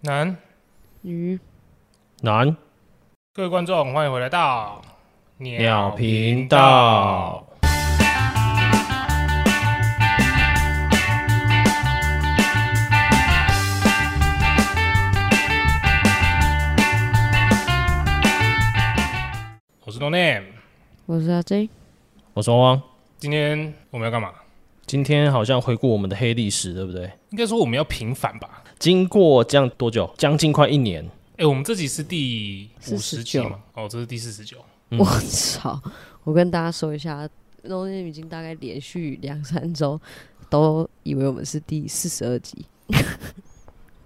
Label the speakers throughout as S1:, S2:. S1: 男，
S2: 鱼
S3: 男
S1: 各位观众，欢迎回来到
S3: 鸟频道。
S1: 我是 No Name，
S2: 我是阿 J，
S3: 我是汪汪。
S1: 今天我们要干嘛？
S3: 今天好像回顾我们的黑历史，对不对？
S1: 应该说我们要平反吧。
S3: 经过这样多久？将近快一年。
S1: 哎、我们这集是第五十
S2: 49
S1: 集嘛？哦，这是第四十九。
S3: 嗯
S2: 我操！我跟大家说一下，东天已经大概连续两三周都以为我们是第四十二集，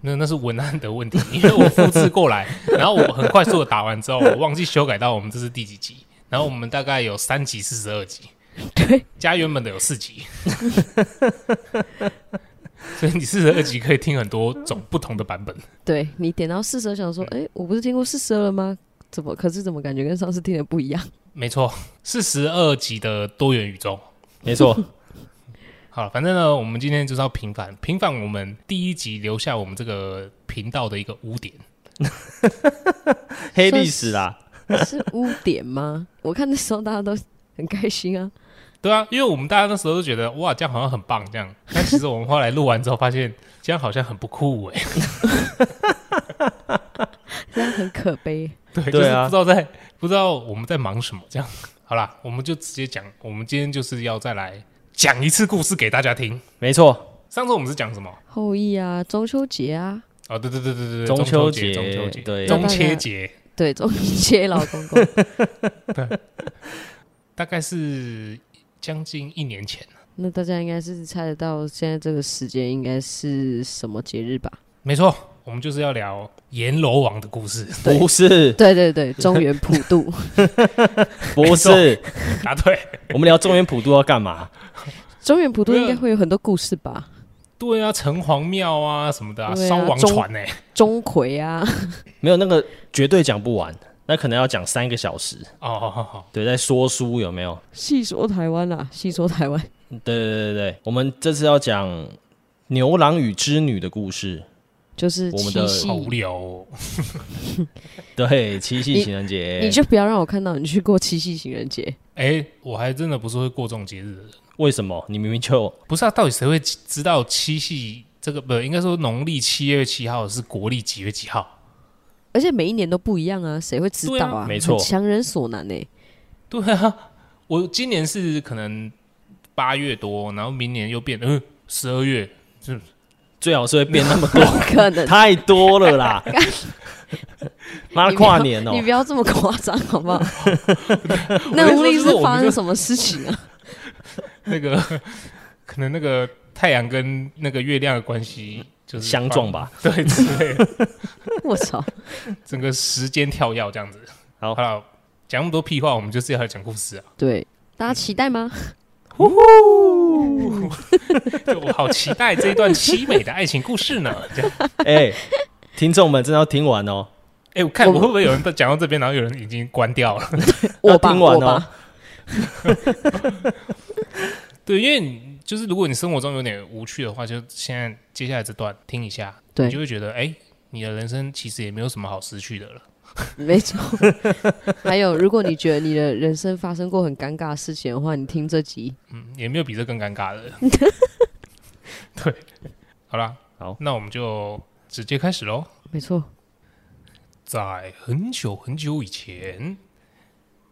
S1: 那那是文案的问题，因为我复制过来，然后我很快速的打完之后，我忘记修改到我们这是第几集。然后我们大概有三集四十二集，
S2: 对，
S1: 加原本的有四集， 所以你四十二集可以听很多种不同的版本。
S2: 对你点到四十二，想说，哎、我不是听过四十二了吗？怎么？可是怎么感觉跟上次听的不一 样？
S1: 没错，四十二集的多元宇宙。
S3: 没错，
S1: 好了，反正呢，我们今天就是要平反平反我们第一集留下我们这个频道的一个污点。
S3: 黑历史啦。
S2: 是污点吗？我看那时候大家都很开心啊，
S1: 对啊，因为我们大家那时候都觉得哇，这样好像很棒，这样。 但其实我们后来录完之后，发现这样好像很不酷哎、
S2: 这样很可悲。
S1: 对，就是
S3: 对啊
S1: 不知道在不知道我们在忙什么这样。好啦，我们就直接讲，我们今天就是要再来讲一次故事给大家听。
S3: 没错，
S1: 上次我们是讲什么？
S2: 后羿啊，中秋节啊，
S1: 哦，对对对对对，
S3: 中
S1: 秋
S3: 秋
S1: 节，
S3: 节
S1: 中秋节，
S3: 对
S1: 中秋节，
S2: 对，中秋节老公 公，
S1: 大概是将近一年前。
S2: 那大家应该是猜得到，现在这个时间应该是什么节日吧？
S1: 没错，我们就是要聊阎罗王的故事，
S3: 不是，
S2: 对对对，中原普渡。
S3: 不是。
S1: 答啊对。
S3: 我们聊中原普渡要干嘛？
S2: 中原普渡
S1: 没有
S2: 应该会有很多故事吧？
S1: 对啊，城隍庙啊什么的、啊，
S2: 对啊
S1: 烧、王
S2: 中
S1: 船呢、欸，
S2: 钟馗 啊，
S3: 没有那个绝对讲不完，那可能要讲三个小时。
S1: 哦，好好好，
S3: 对，在说书有没有？
S2: 细说台湾啊，细说台湾。
S3: 对对对对对，我们这次要讲牛郎与织女的故事。
S2: 就是
S3: 我们
S2: 七
S3: 的
S2: 夕
S1: 好，无聊、哦。
S3: 对，七夕
S2: 你
S3: 情人
S2: 你
S3: 节。
S2: 就不要让我看到你去过七夕情人节。
S1: 哎、我还真的不是会过这种节日的人。
S3: 为什么？你明明就
S1: 不是啊，到底谁会知道七夕这个不？应该说农历七月七号是国历几月几号？
S2: 而且每一年都不一样啊，谁会知道
S1: 对
S2: 啊？
S3: 没错
S2: 很强人所难欸呢、
S1: 对啊，我今年是可能八月多，然后明年又变嗯十二月，
S3: 最好是会变那么多
S2: 不可能，
S3: 太多了啦！
S2: 你不
S3: 妈的，
S2: 要
S3: 跨年哦、
S2: 你不要这么夸张好不好？那无
S1: 我跟
S2: 力
S1: 你说就
S2: 是
S1: 是我们就
S2: 发生什么事情啊？
S1: 那个 可能那个太阳跟那个月亮的关系就是
S3: 相撞吧，
S1: 对之类的，
S2: 我操！
S1: 整个时间跳跃这样子。
S3: 好
S1: 好了，讲那么多屁话，我们就是要来讲故事啊。
S2: 对，大家期待吗？
S1: 就我好期待这一段凄美的爱情故事呢。这样，
S3: 哎、听众们真的要听完哦、
S1: 哎、我看
S2: 我
S1: 我会不会有人到讲到这边，然后有人已经关掉了？
S2: 我吧，
S3: 听完哦
S2: 我吧，
S1: 对，因为你就是如果你生活中有点无趣的话，就现在接下来这段听一下，
S2: 对
S1: 你就会觉得，哎、你的人生其实也没有什么好失去的了。
S2: 没错。 还有，如果你觉得你的人生发生过很尴尬的事情的话，你听这集
S1: 嗯，也没有比这更尴尬的。 对， 好啦，
S3: 好
S1: 那我们就直接开始喽。
S2: 没错。
S1: 在很久很久以前，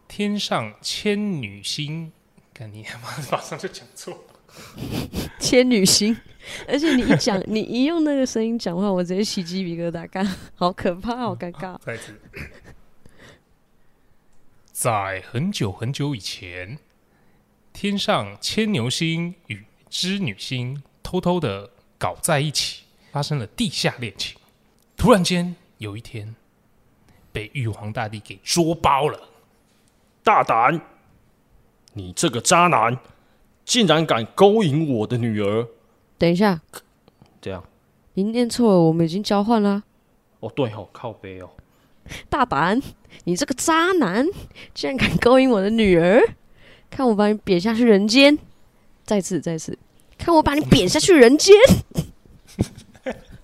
S1: 天上千女星，看你他妈的马上就讲错了。
S2: 千女星，而且你一讲， 你一用那个声音讲话，我直接起鸡皮疙瘩，干， 好可怕，哦好尴尬。
S1: 再一次，在很久很久以前，天上牵牛星与织女星偷偷的搞在一起，发生了地下恋情。突然间有一天，被玉皇大帝给捉包了。
S3: 大胆，你这个渣男，竟然敢勾引我的女儿！
S2: 等一下，
S3: 这样，
S2: 你念错了，我们已经交换啦。
S3: 哦对哦，靠背哦，
S2: 大胆，你这个渣男，竟然敢勾引我的女儿，看我把你贬下去人间！ 再次，再次，看我把你贬下去人间！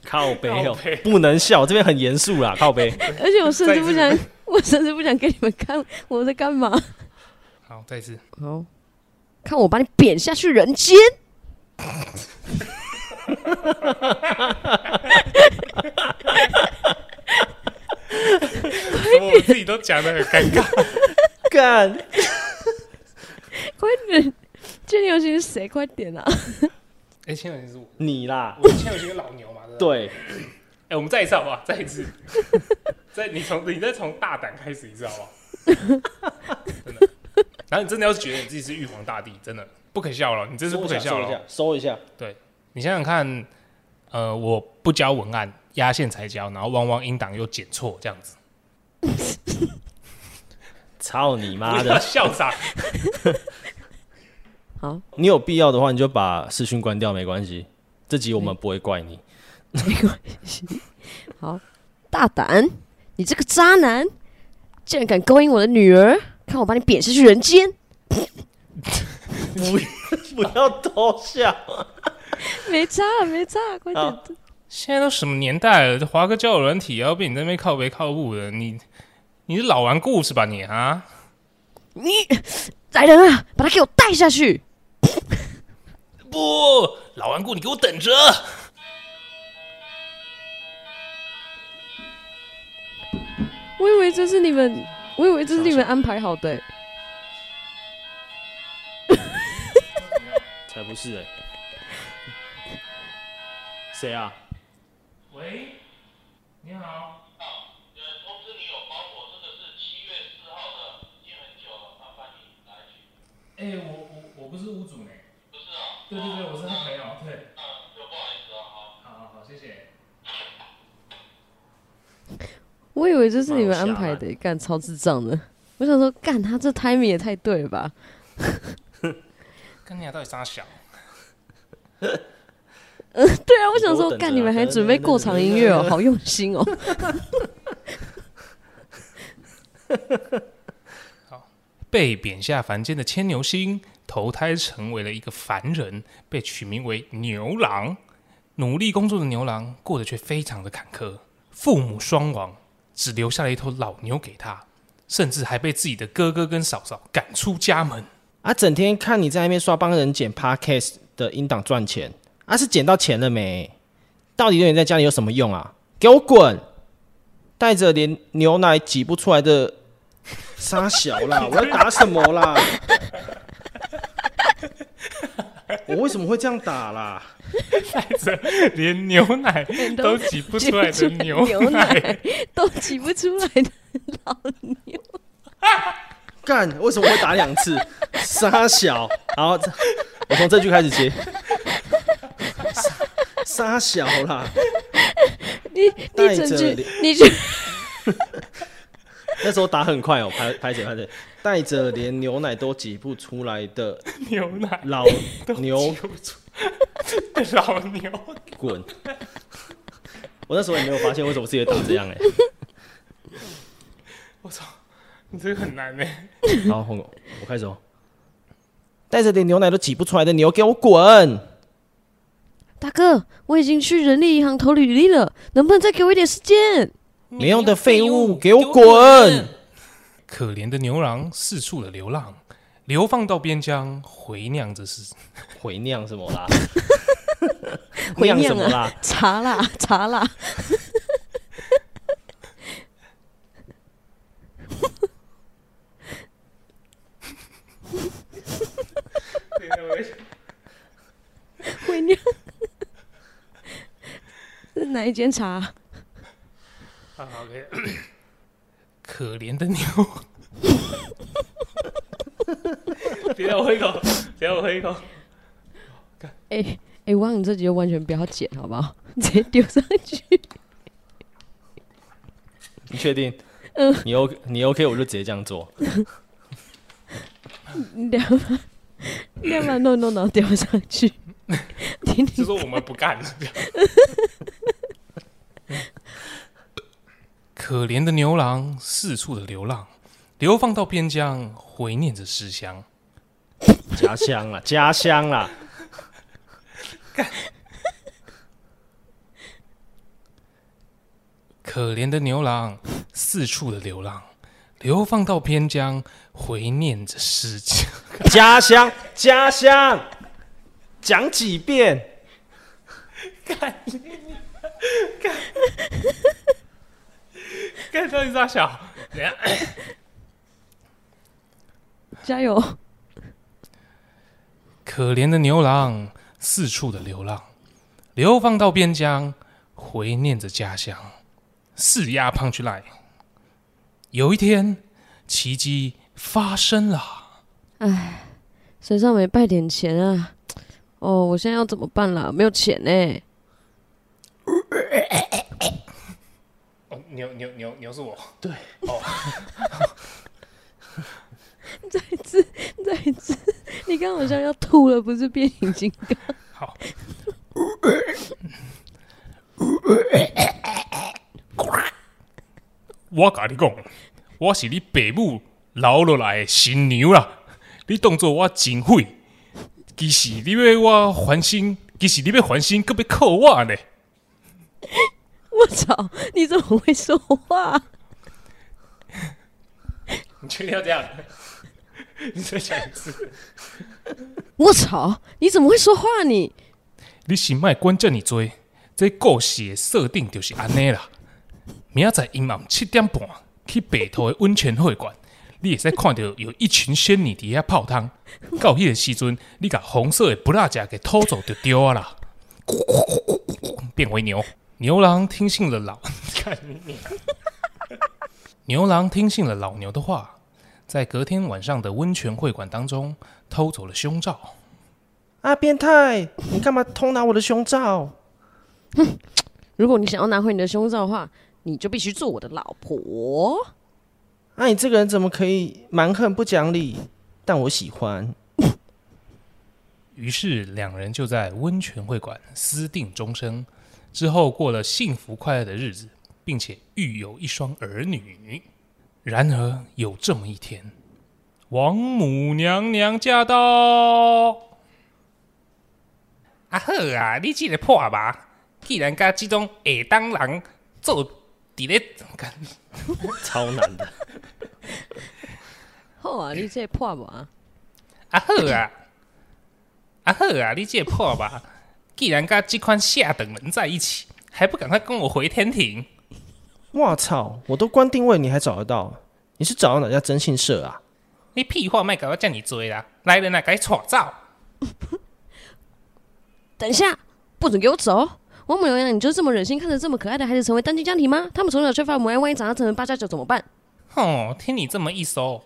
S3: 靠背哦
S1: 靠背，
S3: 不能笑，这边很严肃啦，靠背。
S2: 而且我甚至不
S1: 再
S2: 想， 我甚至不想给你们看我在干嘛。
S1: 好，再一次，
S2: 好，看我把你贬下去人间。
S1: 怎么我自己都讲的很尴尬？
S3: 干，
S2: 快点，这里有些是谁？快点啊！
S1: 哎，千友是我，
S3: 你啦，
S1: 我千友是个老牛嘛，对不对？
S3: 对，
S1: 哎，我们再一次好不好？再一次， 再你从你再从大胆开始一次好不好？ 真的，然后你真的要是觉得你自己是玉皇大帝，真的不可笑了，你真是不可笑
S3: 收一
S1: 了
S3: 下。，收一下，
S1: 你想想看，呃，我不交文案，压线才交，然后汪汪音档又剪错，这样子，
S3: 操你妈
S1: 不要
S3: 的！
S1: 笑场。
S2: 好，
S3: 你有必要的话，你就把视讯关掉，没关系。这集我们不会怪你。
S2: 好，大胆，你这个渣男，竟然敢勾引我的女儿！看我把你贬下去人间！
S3: 不要偷笑，
S2: 没差了，没差了，快点
S3: 好！
S1: 现在都什么年代了，这华哥交友软体也要被你在那边靠背靠步的，你你是老顽固是吧你啊？
S2: 你来人啊，把他给我带下去！
S1: 不，老顽固，你给我等着！
S2: 我以为这是你们，我以为这是你们安排好的、
S3: 才不是哎、 谁啊？
S1: 喂，你好，哎、我我我不是屋主呢、不是啊？对对对，我是他朋友，对。不好意思啊，好好好，谢谢。
S2: 我以为这是你们安排的、
S3: 啊
S2: 干超智障的！我想说，干他这 timing 也太对了吧？
S1: 跟你俩到底啥小？
S2: 对啊，我想
S3: 你给我
S2: 说，
S3: 等着啊
S2: 干你们还准备过场音乐哦，好用心 哦！
S1: 被贬下凡间的牵牛星投胎成为了一个凡人，被取名为牛郎。努力工作的牛郎过得却非常的坎坷，父母双亡，只留下了一头老牛给他，甚至还被自己的哥哥跟嫂嫂赶出家门。
S3: 啊，整天看你在那边刷帮人剪 podcast 的音档赚钱，啊，是捡到钱了没？到底对你在家里有什么用啊？给我滚！带着连牛奶挤不出来的 沙小 啦，我在打什么啦？ 我为什么会这样打啦？
S1: 连牛奶都挤不出来的牛
S2: 牛
S1: 奶
S2: 奶，都挤不出 来的老牛，
S3: 干，为什么会打两次？ 沙小，然后我从这句开始接。沙沙小啦，
S2: 你
S3: 带
S2: 你
S3: 着
S2: 整句
S3: 脸
S2: 你去
S3: 那时候打很快哦，拍拍姐拍姐，带着连牛奶都挤不出来的
S1: 牛 奶
S3: 老
S1: 挤
S3: 牛
S1: 不出 老牛。
S3: 滚。我那时候也没有发现为什么自己会打这样哎、
S1: 你这个很难呢、
S3: 好，后我我开始哦，带着连牛奶都挤不出来的牛给我滚！
S2: 大哥，我已经去人力银行投履历了，能不能再给我一点时间？
S3: 没用的废物，给我滚！
S1: 可怜的牛郎四处的流浪，流放到边疆，回酿着是
S3: 回酿什么 啦？
S2: 回酿啊
S3: 什么啦？
S2: 查 啦查啦，回娘，这是哪一间茶啊？
S1: 啊，OK，可怜的牛，别让我喝一口，别让我喝一口。
S2: 哎、哎、我让你这集就完全不要剪，好不 好？直接丢上去。
S3: 你确定？你 OK，你 OK，我就直接这样做。
S2: 你两把，你两把弄弄然后丢上 去。听
S1: 就
S2: 听，
S1: 说我们不干了。 可怜的牛郎四处的流浪，流放到边疆，怀念着思乡。
S3: 家乡啦，家乡啦，
S1: 可怜的牛郎四处的流浪，流放到边疆，回念着诗家。
S3: 家乡，家乡，讲几遍？
S1: 干到底大小？
S2: 加油！
S1: 可怜的牛郎四处的流浪，流放到边疆，回念着家乡。四丫胖去赖。有一天，奇迹发生了。
S2: 身上没带点钱啊！哦，我现在要怎么办啦？没有钱欸呢、
S1: 哦，牛牛牛牛是我。哦
S2: 再一次，你刚刚好像要吐了，不是变形金刚？
S1: 好。我甲你讲，我是你爸母留落来的新娘啦。你当做我真废，其实你要我烦心，其实你要烦心，搁要靠我呢。
S2: 我操！你怎么会说话？
S1: 你确定要这样？你再讲一次。
S2: 我操！你怎么会说话你？
S1: 你是莫管遮尔多，这故事的设定就是安尼啦。明仔载阴暗七点半去北投的温泉会馆，你会使看到有一群仙女伫遐泡汤。到迄个时阵，你甲红色的布拉夹给偷走就丢啊啦，变为牛。牛郎听信了老， 看你娘牛郎听信了老牛的话，在隔天晚上的温泉会馆当中偷走了胸罩。
S3: 啊，变态！你干嘛偷拿我的胸罩？
S2: 如果你想要拿回你的胸罩的话，你就必须做我的老婆。
S3: 啊，你这个人怎么可以蛮横不讲理？但我喜欢。
S1: 于是两人就在温泉会馆私定终生，之后过了幸福快乐的日子，并且育有一双儿女。然而有这么一天，王母娘娘驾到！啊好啊，你这个破吧，既然甲这种下当人做伫咧，
S3: 超难的。
S2: 好啊，你这破吧，
S1: 啊好啊，啊好啊，你这个破吧，既然甲这款下等人在一起，还不赶快跟我回天庭？
S3: 我操！我都关定位，你还找得到？你是找到哪家征信社啊？
S1: 你屁话卖搞到这你追啦！来人啊，给你带走！
S2: 等一下，不准给我走！王母娘娘，你就这么忍心看着这么可爱的孩子成为单亲家庭吗？他们从小缺乏母爱，万一长大成为八加九怎么办？
S1: 吼，听你这么一说，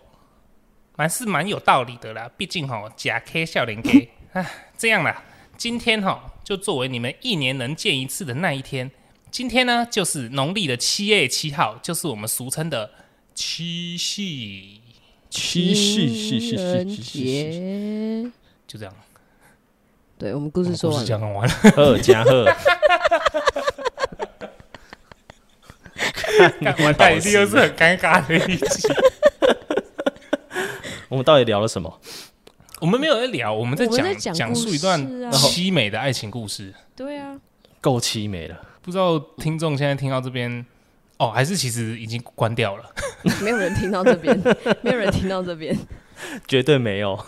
S1: 蛮是蛮有道理的啦。毕竟吼，假 K 笑脸 K，唉，这样啦，今天吼就作为你们一年能见一次的那一天。今天呢，就是农历的七月七号，就是我们俗称的七夕，
S3: 七
S2: 情人节，
S1: 就这样。
S2: 对我们故事说完了。
S1: 讲完了，
S3: 赫加赫，
S1: 完蛋，一定又是很尴尬的一集。
S3: 我们到底聊了什么？
S1: 我们没有在聊，我们在
S2: 我们在
S1: 讲
S2: 讲
S1: 讲述
S2: 故
S1: 一段
S2: 事啊
S1: 凄美的爱情故事。
S2: 对啊，
S3: 够凄美了。
S1: 不知道听众现在听到这边，哦，还是其实已经关掉了。
S2: 没有人听到这边， 没有人听到这边。
S3: 绝对没有。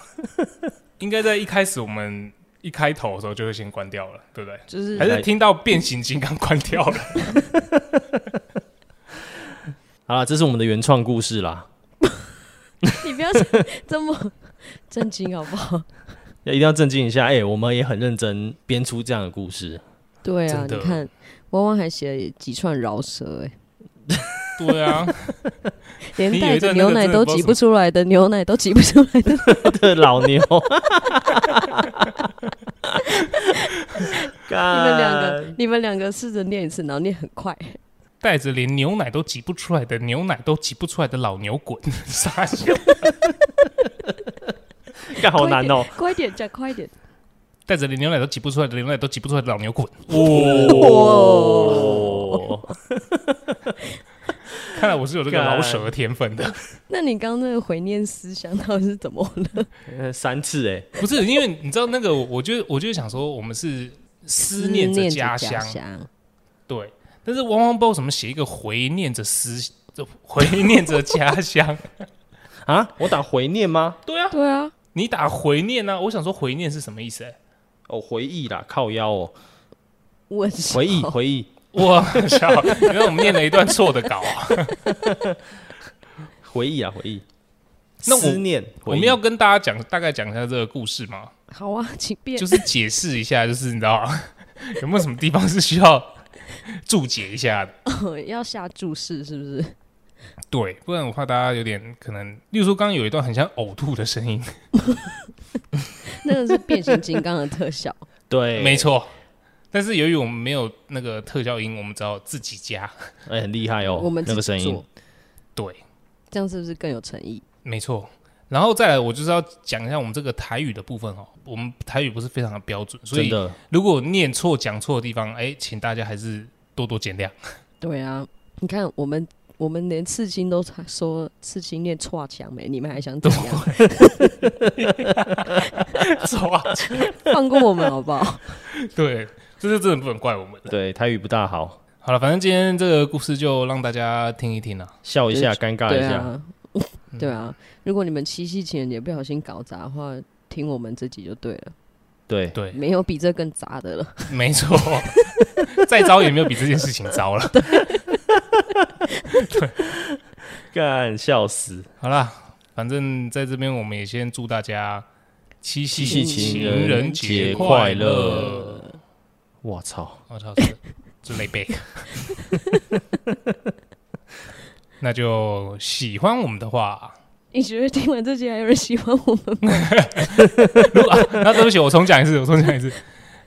S1: 应该在一开始我们一开头的时候就会先关掉了，对不对？
S2: 就是
S1: 还是听到变形金刚关掉了？
S3: 好了，这是我们的原创故事啦，
S2: 你不要这这么震惊好不好？
S3: 要一定要震惊一下。哎、我们也很认真编出这样的故事。
S2: 对啊，
S1: 真的
S2: 你看汪汪还写了几串饶舌、欸，
S1: 对啊，
S2: 连
S1: 你以
S2: 带
S1: 为
S2: 着
S1: 在那个
S2: 牛奶
S1: 真的
S2: 都
S1: 不知道
S2: 挤
S1: 什
S2: 不
S1: 么
S2: 出来的牛奶都挤不出来的，
S3: 的老牛，
S2: 你
S3: 你
S2: 们两个，你们两个试着念一次，然后念很快。
S1: 带着连牛奶都挤不出来的牛奶都挤不出来的老牛滚， 傻笑。
S3: 干好难哦、
S2: 快点讲，快点！
S1: 带着连牛奶都挤不出来的牛奶都挤不出来的老牛滚。
S3: 哦，
S1: 看来我是有这个
S3: 干
S1: 老舍的天分的，
S2: 那你刚刚那个回念思想到底是怎么了？
S3: 呃三次哎、
S1: 不是因为你知道那个，我就我就想说，我们是思念着家乡，对，但是汪汪不知道怎么写一个回念着思，回念着家 乡。
S3: 啊，我打回念吗？
S1: 对啊，
S2: 对啊，
S1: 你打回念啊，我想说回念是什么意思、欸？
S3: 哦，回忆啦，靠腰哦，
S2: 我很熟
S3: 回忆回忆
S1: 我操！因为我们念了一段错的稿啊。
S3: 回忆啊回忆，
S1: 那我
S3: 思念，
S1: 我
S3: 回忆
S1: 们要跟大家讲，大概讲一下这个故事嘛，
S2: 好啊，请便
S1: 就是解释一下，就是你知道 有没有什么地方是需要注解一下的？
S2: 要下注释是不是？
S1: 对，不然我怕大家有点可能，例如说刚刚有一段很像呕吐的声音，
S2: 那个是变形金刚的特效，
S3: 对，
S1: 没，错。但是由于我们没有那个特效音，我们只好自己加。
S3: 哎、很厉害哦，
S2: 我们自
S3: 那
S2: 己
S3: 个声音
S2: 做，
S1: 对，
S2: 这样是不是更有诚意？
S1: 没错。然后再来，我就是要讲一下我们这个台语的部分哦。我们台语不是非常的标准，所
S3: 真
S1: 以
S3: 的
S1: 如果念错、讲错的地方，哎，请大家还是多多见谅。
S2: 对啊，你看我们我们连刺青都差说刺青念错墙没，你们还想怎样？
S1: 错啊，
S2: 放过我们好不好？
S1: 对，这是真的不能怪我们。
S3: 对台语不大好，
S1: 好了，反正今天这个故事就让大家听一听啦、
S3: 笑嗯一下，
S2: 就
S3: 尴尬
S2: 对
S3: 一下，
S2: 啊，对啊，如果你们七夕情人节不小心搞砸的话，听我们这集就对了，
S3: 对，啊
S1: 对，
S2: 没有比这更砸的了。
S1: 没 错，再糟也没有比这件事情糟了。
S3: 干笑死，
S1: 好啦，反正在这边我们也先祝大家七夕
S3: 七
S2: 夕
S1: 情
S2: 情
S1: 人
S2: 人
S1: 节
S3: 节
S1: 快
S3: 快
S1: 乐
S3: 乐！我操，
S1: 我操，这这累背。 那就喜欢我们的话，
S2: 你觉得听完这集还有人喜欢我们吗？
S1: 如果、啊、那对不起，我重讲一次，我重讲一次。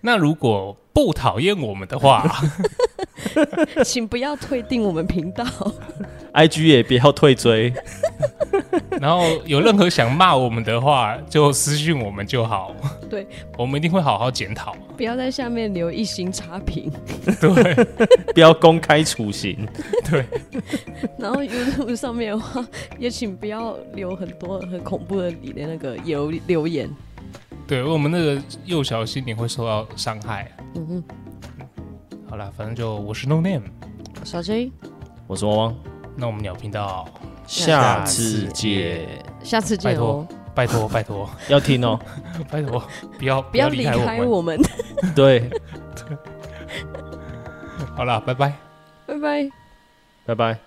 S1: 那如果不讨厌我们的话，
S2: 请不要退订我们频道。
S3: ，IG 也不要退追，
S1: 然后有任何想骂我们的话，就私讯我们就好。
S2: 对，
S1: 我们一定会好好检讨。
S2: 不要在下面留一星差评，
S1: 对
S3: 不要公开处刑，
S1: 对，
S2: 然后 YouTube 上面的话，也请不要留很多很恐怖的你的那个留留言。
S1: 对我们那个幼小心灵会受到伤害。
S2: 嗯哼，
S1: 好啦，反正就我是 No Name，
S2: 小 J，
S3: 我是汪汪，
S1: 那我们鸟频道，
S3: 下
S1: 次
S3: 次见，
S2: 下次见哦，
S1: 拜托拜托
S3: 要听哦，
S1: 拜托，不要
S2: 不
S1: 不
S2: 要
S1: 离
S2: 离
S1: 我
S2: 开
S1: 们。
S2: 我们，
S3: 对，
S1: 好啦，拜拜。
S2: 拜拜。
S3: 拜拜。